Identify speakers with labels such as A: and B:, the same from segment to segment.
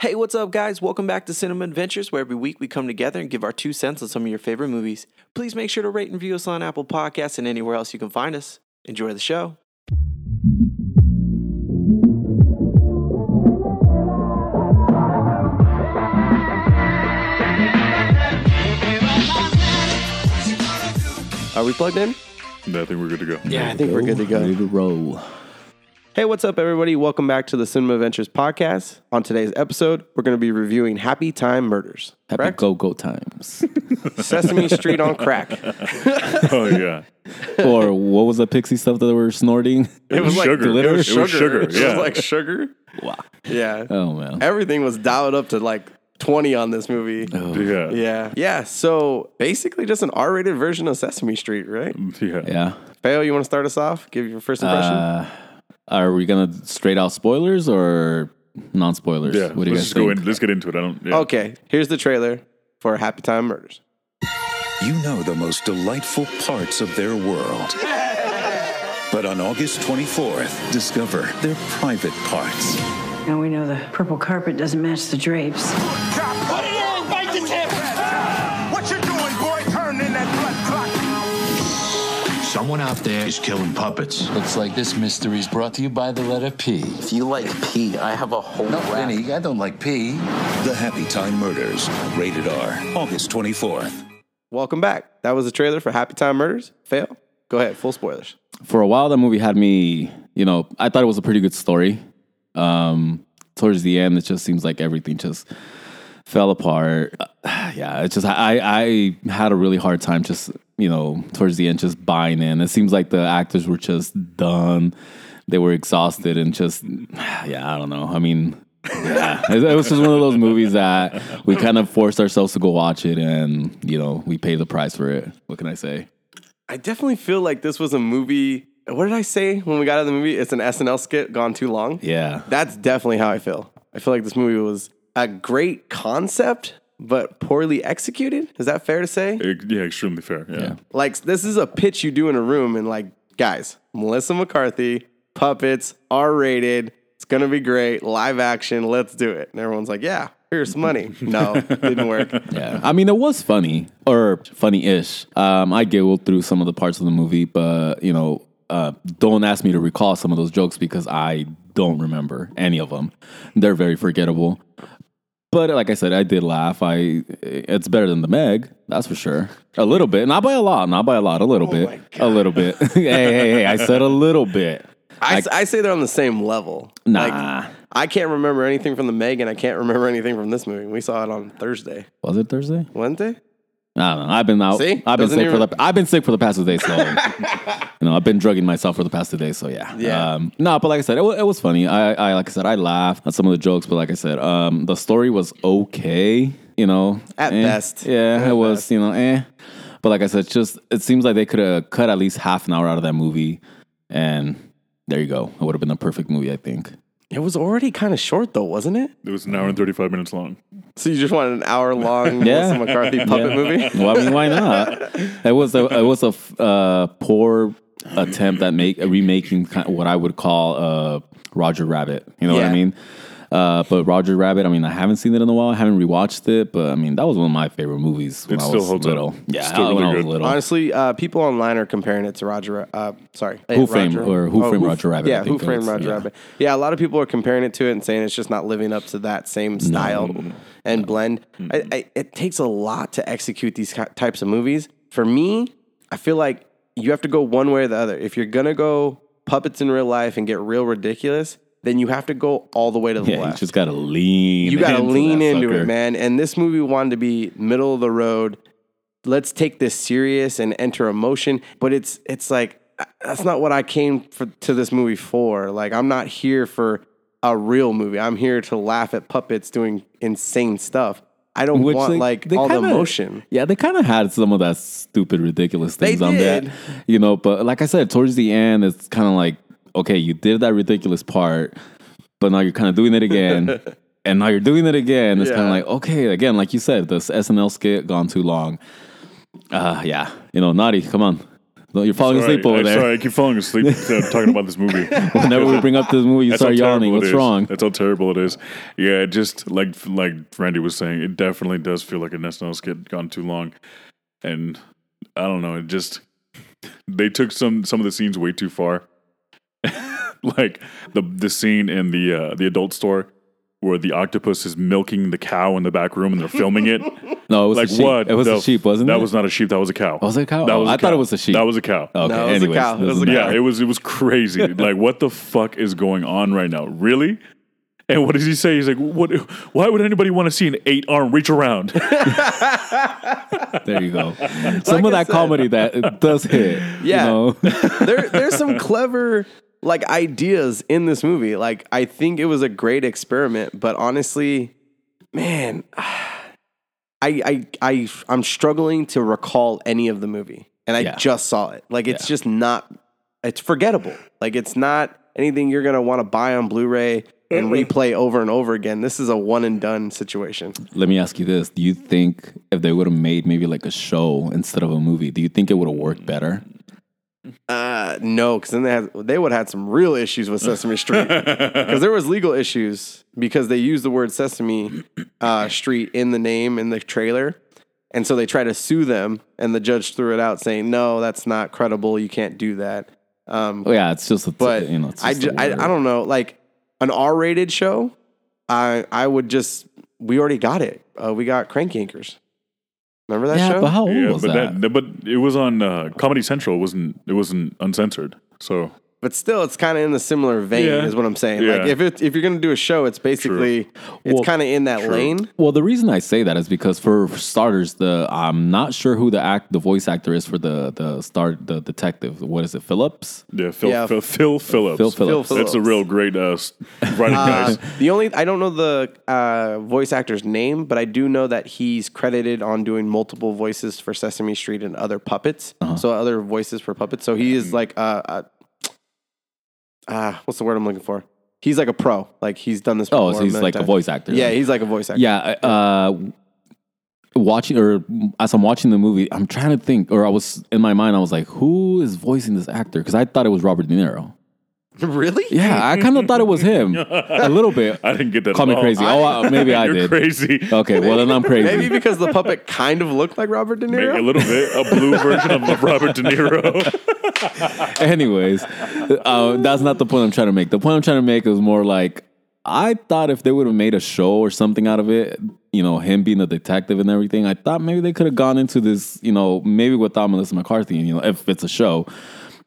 A: Hey, what's up, guys? Welcome back to Cinema Adventures, where every week we come together and give our two cents on some of your favorite movies. Please make sure to rate and review us on Apple Podcasts and anywhere else you can find us. Enjoy the show. Are we plugged in?
B: I think we're good to go.
A: Yeah, I think we're good to go.
C: Ready to roll.
A: Hey, what's up, everybody? Welcome back to the Cinema Adventures podcast. On today's episode, we're going to be reviewing Happy Time Murders.
C: Happy
A: correct?
C: go go times.
A: Sesame Street on crack.
B: Oh yeah,
C: or what was the pixie stuff that they were snorting?
B: it was
A: like
B: sugar.
C: glitter?
B: It was sugar.
A: It was
B: Yeah,
A: like sugar.
C: Wow.
A: Yeah.
C: Oh man.
A: Everything was dialed up to like 20 on this movie.
C: Oh.
B: yeah, yeah.
A: Yeah. Yeah. So basically just an R rated version of Sesame Street, right?
B: Mm.
C: Yeah.
A: Fail, you want to start us off? Give your first impression?
C: Uh, are we gonna straight out spoilers or non spoilers?
B: Yeah.
C: What do you
B: let's just
C: guys
B: go
C: think?
B: in. Let's get into it. I don't. Yeah.
A: okay. Here's the trailer for Happy Time Murders.
D: You know the most delightful parts of their world. But on August 24th, discover their private parts.
E: Now we know the purple carpet doesn't match the drapes.
F: Drop. Put it in, bite the tip. What you doing, boy? Turn in that blood clock.
G: Someone out there is killing puppets. Looks like this mystery is brought to you by the letter P.
H: If you like pee, I have a whole
G: No,
H: rack.
G: Vinny, I don't like P.
D: The Happy Time Murders, rated R, August 24th.
A: Welcome back. That was the trailer for Happy Time Murders. Fail. Go ahead. Full spoilers.
C: for a while that movie had me you know i thought it was a pretty good story um towards the end it just seems like everything just fell apart Uh, yeah it's just i i had a really hard time just you know towards the end just buying in it seems like the actors were just done they were exhausted and just yeah i don't know i mean yeah it, it was just one of those movies that we kind of forced ourselves to go watch it and you know we paid the price for it what can i say
A: I definitely feel like this was a movie. What did I say when we got out of the movie? It's an SNL skit gone too long.
C: yeah
A: That's definitely how I feel. I feel like this movie was a great concept, but poorly executed. Is that fair to say?
B: E- Yeah, extremely fair. Yeah.
C: Yeah.
A: Like, this is a pitch you do in a room, and like, guys, Melissa McCarthy, puppets, R rated, it's gonna be great, live action, let's do it. And everyone's like, yeah, here's some money. No, didn't work.
C: Yeah. I mean, it was funny or funny ish. Um, I giggled through some of the parts of the movie, but, you know, uh, don't ask me to recall some of those jokes because I don't remember any of them. They're very forgettable. But like I said, I did laugh. I it's better than the Meg, that's for sure. A little bit, not by a lot, not by a lot, a little bit, a little bit. hey, hey, hey! I said a little bit.
A: I, s- I say they're on the same level.
C: Nah.
A: I can't remember anything from the Megan. I can't remember anything from this movie. We saw it on Thursday,
C: was it Thursday?
A: Wednesday.
C: I don't know. I've been out.
A: See?
C: I've been
A: Doesn't
C: sick for
A: even-
C: the. I've been sick for the past two days. So, you know, I've been drugging myself for the past two days. So yeah.
A: Yeah.
C: Um, no, but like I said, it, wa- it was funny. I, I like I said, I laughed at some of the jokes, but like I said, um, the story was okay. You know,
A: At
C: eh.
A: best.
C: Yeah,
A: At
C: it was.
A: best.
C: You know, eh. But like I said, just it seems like they could have cut at least half an hour out of that movie, and there you go. It would have been a perfect movie, I think.
A: It was already kind of short though, wasn't it?
B: It was an hour and thirty-five minutes long.
A: So you just wanted an hour long
C: Yeah.
A: Melissa McCarthy puppet
C: Yeah.
A: movie?
C: Well, I mean, why not? It was a it was a f- uh, poor attempt at make at remaking kind what I would call uh, Roger Rabbit. You know what
A: Yeah.
C: I mean? Uh, but Roger Rabbit, I mean, I haven't seen it in a while. I haven't rewatched it, but I mean, that was one of my favorite movies when
B: It
C: I
B: still
C: was
B: holds up.
C: little.
B: It's
C: Yeah,
B: still
C: when I
B: really
C: was
B: good.
C: little.
A: Honestly, uh, people online are comparing it to Roger. Uh, sorry, Eh,
C: Who Framed-
A: Roger-
C: or Who Framed
A: F-
C: Roger Rabbit, I
A: Yeah,
C: think
A: Who
C: it
A: Framed
C: was,
A: Roger
C: yeah.
A: Rabbit? Yeah, a lot of people are comparing it to it and saying it's just not living up to that same style and blend. I, I, it takes a lot to execute these ki- types of movies. For me, I feel like you have to go one way or the other. If you're gonna go puppets in real life and get real ridiculous, then you have to go all the way to the
C: yeah, you
A: left.
C: just gotta lean.
A: You got to
C: into
A: lean
C: that
A: into it,
C: sucker.
A: man. And this movie wanted to be middle of the road. Let's take this serious and enter emotion, but it's it's like uh, that's not what I came for, to this movie for. Like I'm not here for a real movie. I'm here to laugh at puppets doing insane stuff. I don't want like all the
C: kinda-
A: emotion.
C: Yeah, they kind of had some of that stupid, ridiculous
A: They
C: things on
A: did.
C: that, you know. But like I said, towards the end, it's kind of like, okay, you did that ridiculous part, but now you're kind of doing it again, and now you're doing it again. It's kind
A: Yeah.
C: of like, okay, again, like you said, this SNL skit gone too long. Uh, yeah, you know, naughty, come on, You're falling
B: Sorry,
C: asleep over
B: I'm
C: there.
B: Sorry, I keep falling asleep uh, talking about this movie.
C: Whenever we bring up this movie, you
B: That's
C: start
B: how terrible
C: yawning.
B: it
C: What's
B: is.
C: wrong?
B: That's how terrible it is. Yeah, it just like like Randy was saying, it definitely does feel like a SNL skit gone too long, and I don't know. It just they took some some of the scenes way too far. like the the scene in the uh, the adult store where the octopus is milking the cow in the back room and they're filming it.
C: No, it was
B: like
C: a sheep.
B: what?
C: It was
B: the
C: a
B: f-
C: sheep, wasn't
B: that
C: it?
B: was not a sheep. That was a cow.
C: Was it a cow?
B: That
C: Oh,
B: was
C: I thought it was a sheep.
B: That was a cow.
C: Okay.
A: No, it was a
C: anyways,
A: cow. It was
C: doesn't
A: a cow.
C: matter.
B: Yeah, it was it was crazy. like, what the fuck is going on right now? Really? And what does he say? He's like, "What? Why would anybody want to see an eight arm reach around?"
C: There you go. Some
A: I
C: of that
A: said-
C: comedy that it does hit.
A: Yeah.
C: You know?
A: there, there's some clever like ideas in this movie. Like I think it was a great experiment, but honestly, man, I I I I'm struggling to recall any of the movie, and I
C: Yeah.
A: just saw it. Like it's just not. It's forgettable. Like it's not anything you're gonna want to buy on Blu-ray and replay over and over again. This is a one and done situation.
C: Let me ask you this. Do you think if they would have made maybe like a show instead of a movie, do you think it would have worked better?
A: Uh, no, because then they had they would have had some real issues with Sesame Street because there was legal issues because they used the word Sesame uh, Street in the name in the trailer, and so they tried to sue them, and the judge threw it out saying, "No, that's not credible. You can't do that." Um,
C: Oh, yeah, it's just a
A: but
C: you know, it's
A: I,
C: just a
A: ju- I
C: word.
A: I don't know, like an R rated show, I I would just we already got it. Uh, we got Crank Yankers. Remember that
C: Yeah,
A: show?
C: but how old
B: yeah,
C: was
B: but
C: that?
B: but it was on uh, Comedy Central. It wasn't It wasn't uncensored. So
A: but still it's kind of in the similar vein
B: Yeah.
A: is what i'm saying like
B: Yeah.
A: if it, if you're gonna do a show it's basically it's
C: Well,
A: kind of in that lane
C: Well, the reason I say that is because for starters, the I'm not sure who the act the voice actor is for the the star the detective. What is it? Phillips?
B: yeah, Phil
A: Yeah.
B: Phil, Phil Phillips.
C: Phil Phillips.
A: Phil
B: That's a real great uh, s- writing guys.
A: the only i don't know the uh, voice actor's name but i do know that he's credited on doing multiple voices for sesame street and other puppets
C: Uh-huh.
A: so other voices for puppets so he is like uh, uh, ah, what's the word i'm looking for he's like a pro like he's done this
C: Oh,
A: before
C: so he's
A: many
C: like a
A: times.
C: voice actor.
A: yeah he's like a voice actor
C: yeah. Uh, watching or as I'm watching the movie, I'm trying to think, or I was in my mind, I was like, who is voicing this actor? Because I thought it was Robert De Niro.
A: really
C: Yeah, I kind of thought it was him a little bit.
B: I didn't get that.
C: Call
B: at
C: me
B: all.
C: crazy. Oh, uh, maybe I
B: You're
C: did.
B: crazy.
C: Okay, well then I'm crazy.
A: maybe because the puppet kind of looked like robert de
B: Maybe
A: niro
B: a little bit a blue version of Robert De Niro.
C: Anyways, uh, that's not the point I'm trying to make. The point I'm trying to make is more like I thought if they would have made a show or something out of it, you know, him being a detective and everything, I thought maybe they could have gone into this, you know, maybe without Melissa McCarthy, you know, if it's a show,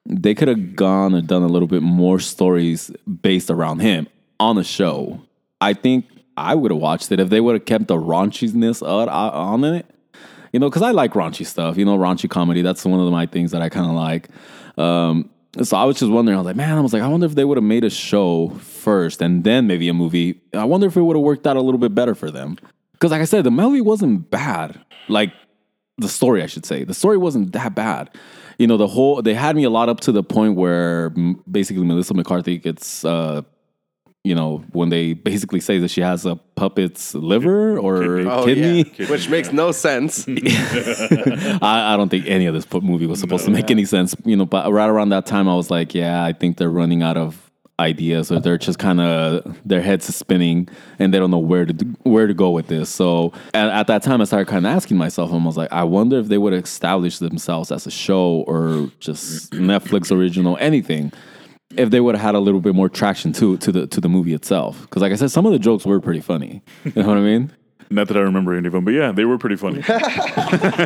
C: they could have gone and done a little bit more stories based around him on a show. I think I would have watched it if they would have kept the raunchiness on- on it you know, because I like raunchy stuff, you know, raunchy comedy. That's one of my things that I kind of like. Um, so I was just wondering, I was like, man, I was like, I wonder if they would have made a show first and then maybe a movie. I wonder if it would have worked out a little bit better for them. Because, like I said, the movie wasn't bad. Like, the story, I should say. The story wasn't that bad. You know, the whole, they had me a lot up to the point where mm, basically Melissa McCarthy gets, uh, you know, when they basically say that she has a puppet's liver or kidney.
A: Oh, yeah. which makes no sense
C: I, I don't think any of this po- movie was supposed to make any sense. You know, but right around that time, I was like, yeah, I think they're running out of ideas, or they're just kind of their heads are spinning, and they don't know where to do, where to go with this. So at, at that time, I started kind of asking myself, I was like, I wonder if they would establish themselves as a show or just Netflix original, anything. If they would have had a little bit more traction to to the to the movie itself, because like I said, some of the jokes were pretty funny. You know what I mean?
B: Not that I remember any of them, but yeah, they were pretty funny.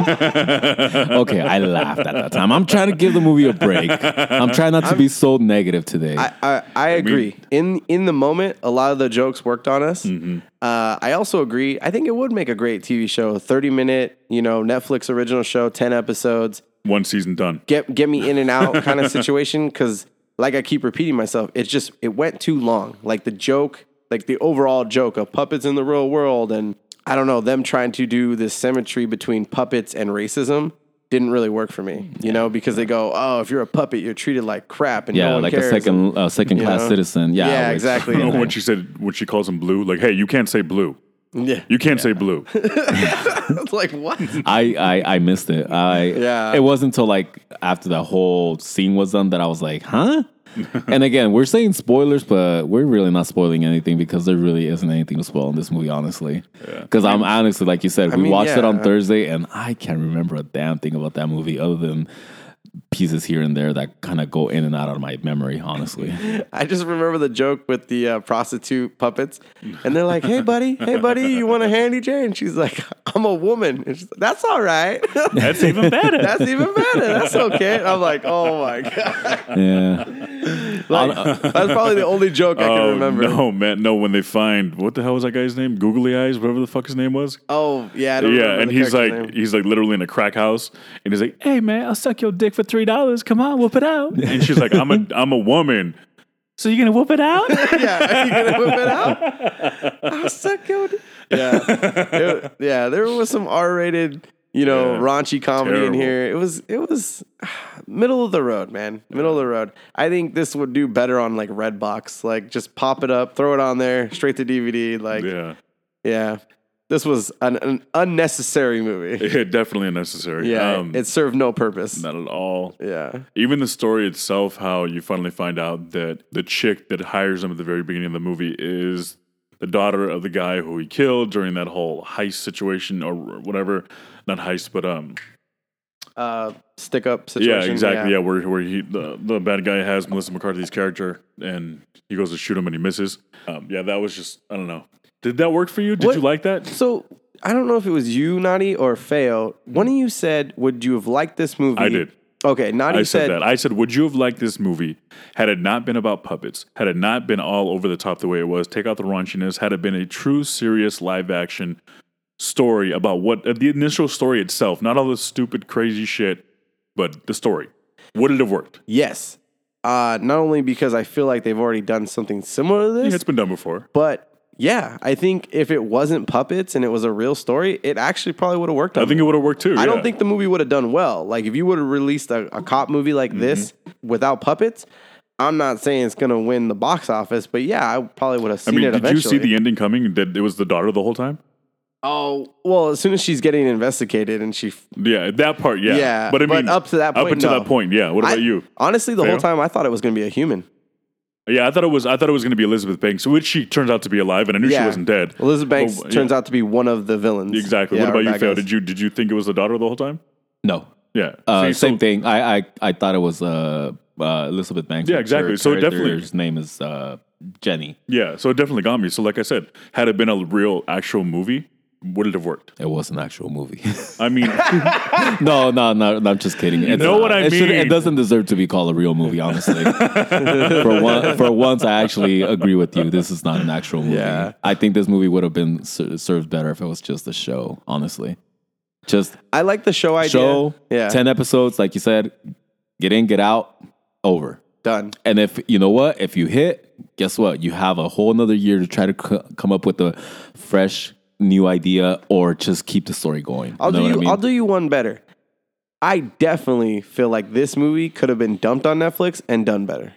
C: okay, I laughed at that time. I'm trying to give the movie a break. I'm trying not to be so negative today.
A: I, I, I agree. in in the moment, a lot of the jokes worked on us.
C: Mm-hmm.
A: Uh, I also agree. I think it would make a great TV show, thirty minute, you know, Netflix original show, ten episodes.
B: One season done.
A: Get get me in and out kind of situation. Because like I keep repeating myself, it's just it went too long. Like the joke, like the overall joke of puppets in the real world, and I don't know them trying to do this symmetry between puppets and racism. Didn't really work for me, you know, because they go, "Oh, if you're a puppet, you're treated like crap," and no
C: yeah,
A: one
C: like
A: cares.
C: a second uh, second
A: you
C: class
A: know?
C: citizen. Yeah,
A: Yeah,
C: which-
A: exactly.
B: when she said when she calls him blue, like, hey, you can't say blue.
A: Yeah.
B: You can't say blue.
A: It's like what?
C: I, I I missed it. I
A: Yeah.
C: It wasn't until like after the whole scene was done that I was like, huh. and again, we're saying spoilers, but we're really not spoiling anything because there really isn't anything to spoil in this movie, honestly. Because I'm honestly, like you said, we
A: mean,
C: watched it
A: yeah.
C: on Thursday, and I can't remember a damn thing about that movie other than pieces here and there that kind of go in and out of my memory. Honestly,
A: I just remember the joke with the uh, prostitute puppets, and they're like, "Hey, buddy, hey, buddy, you want a handy J?" And she's like, "I'm a woman." And she's like, That's all right.
B: That's even better.
A: That's even better. That's okay. And I'm like, "Oh my god!"
C: yeah.
A: Like, that's probably the only joke I can
B: oh,
A: remember.
B: No, man. No, when they find what the hell was that guy's name? Googly eyes, whatever the fuck his name was.
A: Oh yeah, I don't
B: Yeah,
A: remember
B: and
A: the
B: he's like
A: character's name.
B: he's like literally in a crack house, and he's like, "Hey man, I'll suck your dick for three dollars. Come on, whoop it out." And she's like, "I'm a I'm a woman." So you're gonna whoop it out?
A: yeah, you gonna whip it out? I suck your d- Yeah, It- yeah. There was some R-rated, you know,
B: Yeah.
A: raunchy comedy in
B: Terrible.
A: here. It was, it was middle of the road, man. Middle of the road. I think this would do better on like Redbox. Like, just pop it up, throw it on there, straight to DVD. Like, yeah.
B: yeah,
A: This was an, an unnecessary movie.
B: yeah, definitely unnecessary.
A: Yeah,
B: Um,
A: it served no purpose.
B: not at all.
A: Yeah,
B: Even the story itself, how you finally find out that the chick that hires him at the very beginning of the movie is the daughter of the guy who he killed during that whole heist situation or whatever. Not heist, but um,
A: uh, stick up situation.
B: Yeah, exactly. Yeah, where where he the, the bad guy has Melissa McCarthy's character, and he goes to shoot him and he misses. Um, yeah, that was just I don't know. Did that work for you? Did
A: What-
B: you like that?
A: So I don't know if it was you, Naughty, or Feo. One of you said, "Would you have liked this movie?"
B: I did.
A: Okay, Naughty
B: I
A: said,
B: said that. I said, would you have liked this movie had it not been about puppets? Had it not been all over the top the way it was? Take out the raunchiness. Had it been a true, serious live action story about what uh, the initial story itself, not all the stupid, crazy shit, but the story. Would it have worked?
A: yes. Uh, not only because I feel like they've already done something similar to this,
B: Yeah, it's been done before.
A: but yeah, I think if it wasn't puppets and it was a real story, it actually probably would have worked.
B: I
A: on
B: think it would have worked too.
A: I
B: yeah.
A: don't think the movie would have done well. Like if you would have released a, a cop movie like
B: Mm-hmm.
A: this without puppets, I'm not saying it's gonna win the box office, but yeah, I probably would have
B: I
A: seen
B: mean,
A: it.
B: did
A: eventually.
B: you see the ending coming? That it was the daughter the whole time?
A: Oh well, as soon as she's getting investigated and she
B: Yeah, that part. Yeah,
A: Yeah,
B: But I
A: but
B: mean,
A: up to that
B: up
A: point,
B: until
A: no.
B: that point, yeah. What about
A: I-
B: you?
A: Honestly, the
B: Fail?
A: whole time I thought it was going to be a human.
B: Yeah, I thought it was. I thought it was going to be Elizabeth Banks, which she turns out to be alive, and I knew she wasn't dead.
A: Elizabeth Banks turns out to be one of the villains.
B: exactly.
A: Yeah,
B: what about you,
A: Rebecca's.
B: Phil? Did you did you think it was the daughter the whole time?
C: No.
B: Yeah,
C: Uh,
B: See, so-
C: same thing. I, I I thought it was uh, uh Elizabeth Banks.
B: Yeah,
C: but
B: exactly.
C: her
B: So it definitely-
C: character's name is uh Jenny.
B: Yeah, so it definitely got me. So, like I said, had it been a real actual movie, would it have worked?
C: It was an actual movie.
B: I mean,
C: no, no, no, no, I'm just kidding. It's
B: know
C: not.
B: what I
C: it should-
B: mean.
C: it doesn't deserve to be called a real movie, honestly. for, one, for once, I actually agree with you. This is not an actual movie.
A: Yeah.
C: I think this movie would have been ser- served better if it was just a show, honestly. Just
A: I like the show idea.
C: show,
A: yeah,
C: 10 episodes, like you said, get in, get out, over.
A: done.
C: And if you know what, if you hit, guess what? You have a whole another year to try to c- come up with a fresh new idea or just keep the story going.
A: I'll
C: know
A: do
C: what
A: you.
C: I mean?
A: I'll do you one better. I definitely feel like this movie could have been dumped on Netflix and done better.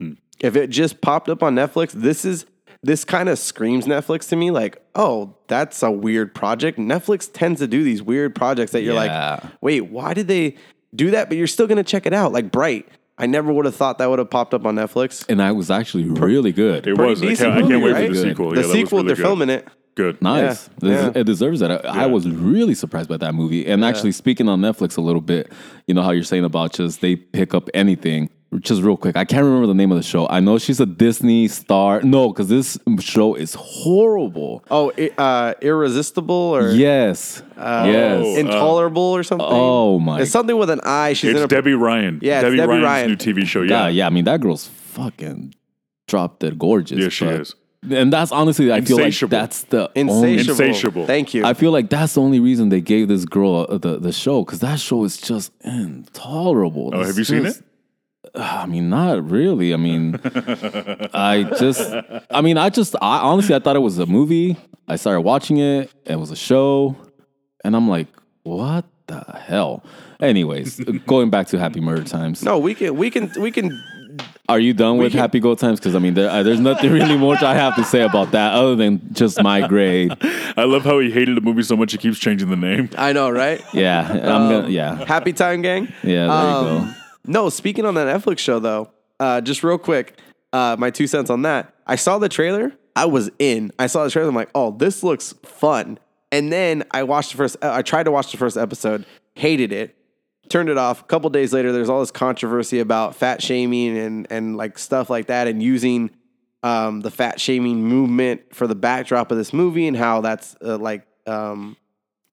C: Hmm.
A: If it just popped up on Netflix, this is this kind of screams Netflix to me. Like, oh, that's a weird project. Netflix tends to do these weird projects that you're
C: Yeah.
A: like, wait, why did they do that? But you're still gonna check it out. Like Bright, I never would have thought that would have popped up on Netflix.
C: and I was actually really good.
B: it was. I
A: decent
B: can't, I can't
A: movie,
B: wait
A: right?
B: for the
C: Oh,
B: sequel.
A: The
B: yeah, that was
A: sequel,
B: really
A: they're
B: good.
A: filming it.
B: Good.
C: Nice.
A: Yeah,
C: This-
A: yeah.
C: It deserves that. I, I was really surprised by that movie. And actually, speaking on Netflix a little bit, you know how you're saying about just they pick up anything. Just real quick, I can't remember the name of the show. I know she's a Disney star. No, because this show is horrible.
A: Oh, i- uh, irresistible or
C: Yes.
A: Oh.
C: yes.
A: intolerable or something.
C: oh my-
A: It's something with an I. She's in
B: It's
A: a
B: Debbie Ryan.
A: Yeah, it's
B: Debbie,
A: Debbie
B: Ryan's
A: Ryan.
B: new TV show.
C: yeah.
B: Yeah,
C: yeah. I mean, that girl's fucking drop dead gorgeous.
B: Yeah, she
C: but-
B: is.
C: And that's honestly, I feel like
B: Insatiable.
C: that's the only
A: insatiable.
B: Insatiable.
A: Thank you.
C: I feel like that's the only reason they gave this girl uh, the, the show because that show is just intolerable.
B: Oh,
C: It's
B: have you seen
C: just-
B: it?
C: I mean, not really. I mean, I just, I mean, I just, I honestly, I thought it was a movie. I started watching it. It was a show, and I'm like, what the hell? Anyways, going back to Happy Murder Times.
A: no, we can we can we can
C: Are you done with happy go times? Because I mean, there, uh, there's nothing really more I have to say about that other than just my grade.
B: I love how he hated the movie so much he keeps changing the name.
A: I know, right?
C: Yeah, I'm
A: Um,
C: gonna. Yeah,
A: Happy time, gang.
C: yeah. There you
A: um,
C: go.
A: No, speaking on that Netflix show though, uh, just real quick, uh, my two cents on that. I saw the trailer. I was in. I saw the trailer. I'm like, oh, this looks fun. And then I watched the first. I tried to watch the first episode. Hated it. Turned it off. A couple days later, there's all this controversy about fat shaming and and like stuff like that, and using um, the fat shaming movement for the backdrop of this movie, and how that's uh, like um,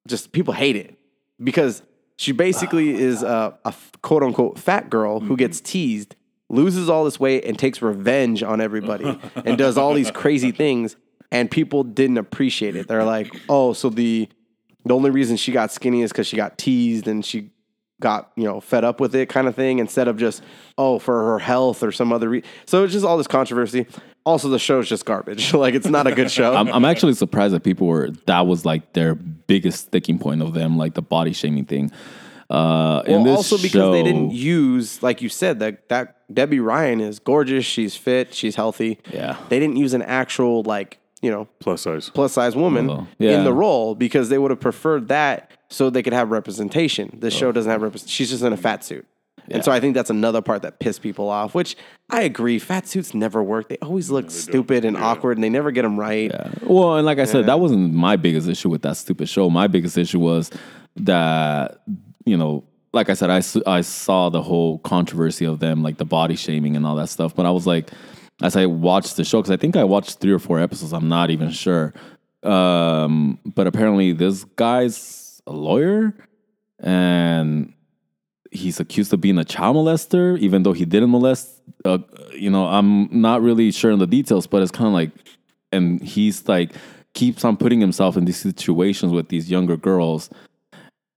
A: just people hate it because she basically is a, a quote unquote fat girl who gets teased, loses all this weight, and takes revenge on everybody and does all these crazy things. And people didn't appreciate it. They're like, oh, so the the only reason she got skinny is because she got teased and she got you know fed up with it kind of thing instead of just oh for her health or some other reason so it's just all this controversy also the show's just garbage like it's not a good show
C: I'm, I'm actually surprised that people were that was like their biggest sticking point of them, like the body shaming thing. Uh, in
A: Well,
C: this
A: also because they didn't
C: show-
A: use, like you said, that that Debbie Ryan is gorgeous. She's fit. She's healthy.
C: Yeah.
A: They didn't use an actual like you know
B: Plus size.
A: plus size woman
C: Well, yeah.
A: in the role because they would have preferred that so they could have representation. The show doesn't have representation. She's just in a fat suit. And so I think that's another part that pissed people off, which I agree. Fat suits never work. They always look stupid and awkward, and they never get them right.
C: Well, and like I said, that wasn't my biggest issue with that stupid show. My biggest issue was that you know, like I said, I, s- I saw the whole controversy of them, like the body shaming and all that stuff. But I was like, as I watched the show, because I think I watched three or four episodes. I'm not even sure. Um, but apparently, this guy's a lawyer, and he's accused of being a child molester, even though he didn't molest. Uh, you know, I'm not really sure on the details, but it's kind of like, and he's like keeps on putting himself in these situations with these younger girls.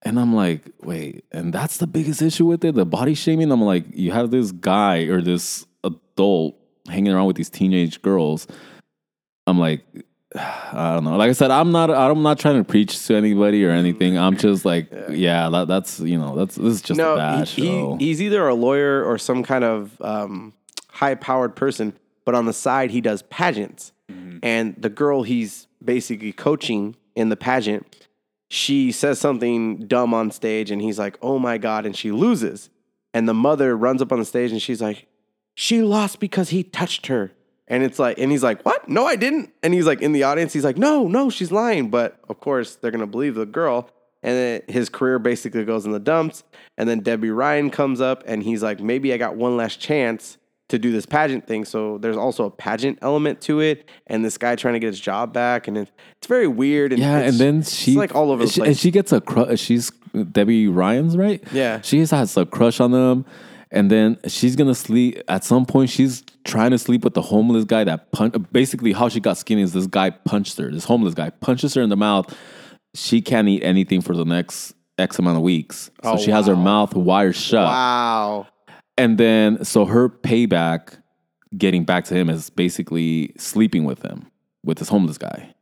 C: And I'm like, wait, and that's the biggest issue with it, the body shaming. I'm like, you have this guy or this adult hanging around with these teenage girls. I'm like, I don't know. Like I said, I'm not. I'm not trying to preach to anybody or anything. I'm just like, yeah, that, that's you know, that's this is just a bad
A: Mm-hmm. he- he-
C: show.
A: he's either a lawyer or some kind of um, high-powered person, but on the side he does pageants,
C: Mm-hmm.
A: and the girl he's basically coaching in the pageant, she says something dumb on stage, and he's like, "Oh my god!" and she loses, and the mother runs up on the stage, and she's like, "She lost because he touched her." And it's like, and he's like, what? No, I didn't. And he's like, in the audience, he's like, no, no, she's lying. But of course, they're gonna believe the girl. And then his career basically goes in the dumps. And then Debbie Ryan comes up and he's like, maybe I got one last chance to do this pageant thing. So there's also a pageant element to it. And this guy trying to get his job back. And it, it's very weird. And
C: yeah,
A: it's-
C: and then
A: it's,
C: she
A: like all over the
C: she-
A: place.
C: And she gets a crush. uh, She's Debbie Ryan's, right?
A: Yeah.
C: she has a crush on them, and then she's gonna sleep at some point. She's trying to sleep with the homeless guy that punch. Basically, how she got skinny is this guy punched her. This homeless guy punches her in the mouth. She can't eat anything for the next X amount of weeks. So
A: Oh,
C: she has her mouth wired shut.
A: wow.
C: And then, so her payback getting back to him is basically sleeping with him, with this homeless guy.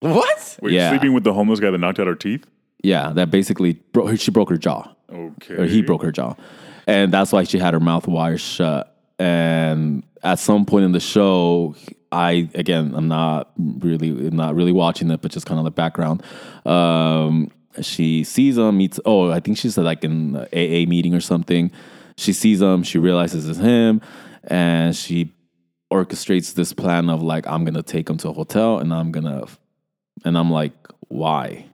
A: What?
B: Wait,
C: Yeah.
B: sleeping with the homeless guy that knocked out her teeth?
C: Yeah, that basically, bro- she broke her jaw.
B: Okay.
C: or he broke her jaw, and that's why she had her mouth wired shut. And at some point in the show, I again, I'm not really not really watching it, but just kind of the background. Um, she sees him, meets. Oh, I think she's like in a AA meeting or something. She sees him, she realizes it's him, and she orchestrates this plan of like, I'm gonna take him to a hotel, and I'm gonna, and I'm like, why?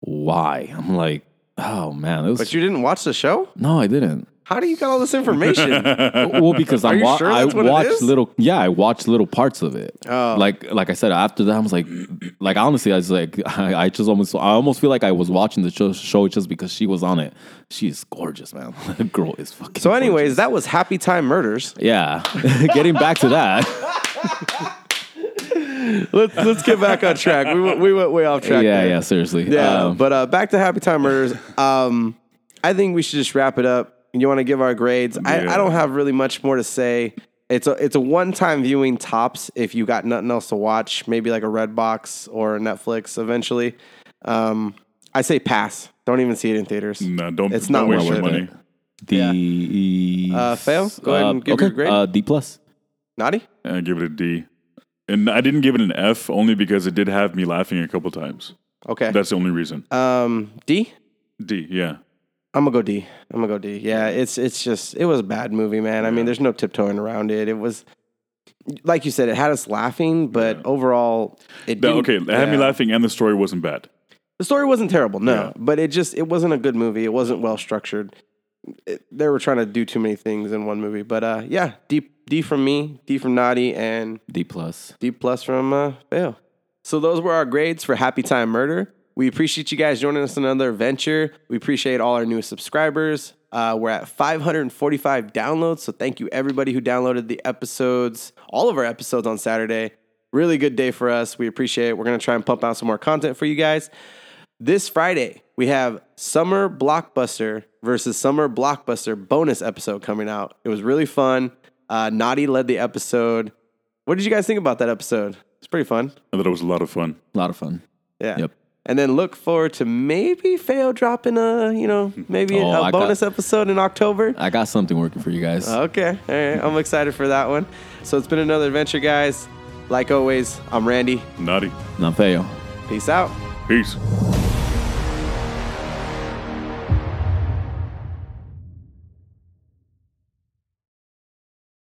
C: Why? I'm like, oh man, it was
A: But you didn't watch the show?
C: no, I didn't.
A: How do you get all this information?
C: Well, because I'm
A: you
C: wa-
A: sure
C: I
A: that's what it
C: watched
A: is? Oh.
C: little. Yeah, I watched little parts of it. Like like I said, after that, I was like, like honestly, I was like, I, I just almost, I almost feel like I was watching the show, show just because she was on it. She is gorgeous, man. The girl is fucking.
A: so, anyways, that was Happy Time Murders.
C: yeah. Getting back to that.
A: Let's let's get back on track. We went, we went way off track.
C: yeah,
A: there.
C: yeah. Seriously.
A: Yeah,
C: Um,
A: but uh, back to Happy Time Murders. Um, I think we should just wrap it up. You want to give our grades? I, I don't have really much more to say. It's a it's a one time viewing tops. If you got nothing else to watch, maybe like a Redbox or Netflix eventually. Um, I say pass. Don't even see it in theaters.
B: No, don't,
A: It's
B: don't
A: not
B: waste
A: worth
B: your
A: it.
B: money.
C: The
A: Uh, fail? Go ahead and give your grade.
C: Uh, D plus.
A: Naughty?
B: I give it a D. And I didn't give it an F only because it did have me laughing a couple times.
A: Okay.
B: That's the only reason.
A: um, D?
B: D, yeah.
A: I'm gonna go D. I'm gonna go D. Yeah, it's it's just it was a bad movie, man. I mean, there's no tiptoeing around it. It was like you said, it had us laughing, but overall, it
B: That-
A: didn't-
B: okay, it had me
A: yeah.
B: laughing and the story wasn't bad.
A: The story wasn't terrible, no, but it just it wasn't a good movie. It wasn't well structured. It, they were trying to do too many things in one movie, but uh, yeah, D D from me, D from Naughty, and
C: D plus.
A: D plus from uh, Fail. So those were our grades for Happy Time Murder. We appreciate you guys joining us on another adventure. We appreciate all our new subscribers. Uh, we're at 545 downloads, so thank you everybody who downloaded the episodes, all of our episodes on Saturday. Really good day for us. We appreciate it. We're gonna try and pump out some more content for you guys. This Friday, we have Summer Blockbuster versus Summer Blockbuster bonus episode coming out. It was really fun. Uh, Naughty led the episode. What did you guys think about that episode? It's pretty fun.
B: I thought it was a lot of fun.
C: A lot of fun.
A: Yeah.
C: Yep.
A: And then look forward to maybe Fail dropping a, you know, maybe
C: Oh,
A: a
C: I got-
A: bonus episode in October.
C: I got something working for you guys.
A: Okay. All right. I'm excited for that one. So it's been another adventure, guys. Like always, I'm Randy.
B: Naughty.
C: Not fail.
A: Peace out.
B: Peace.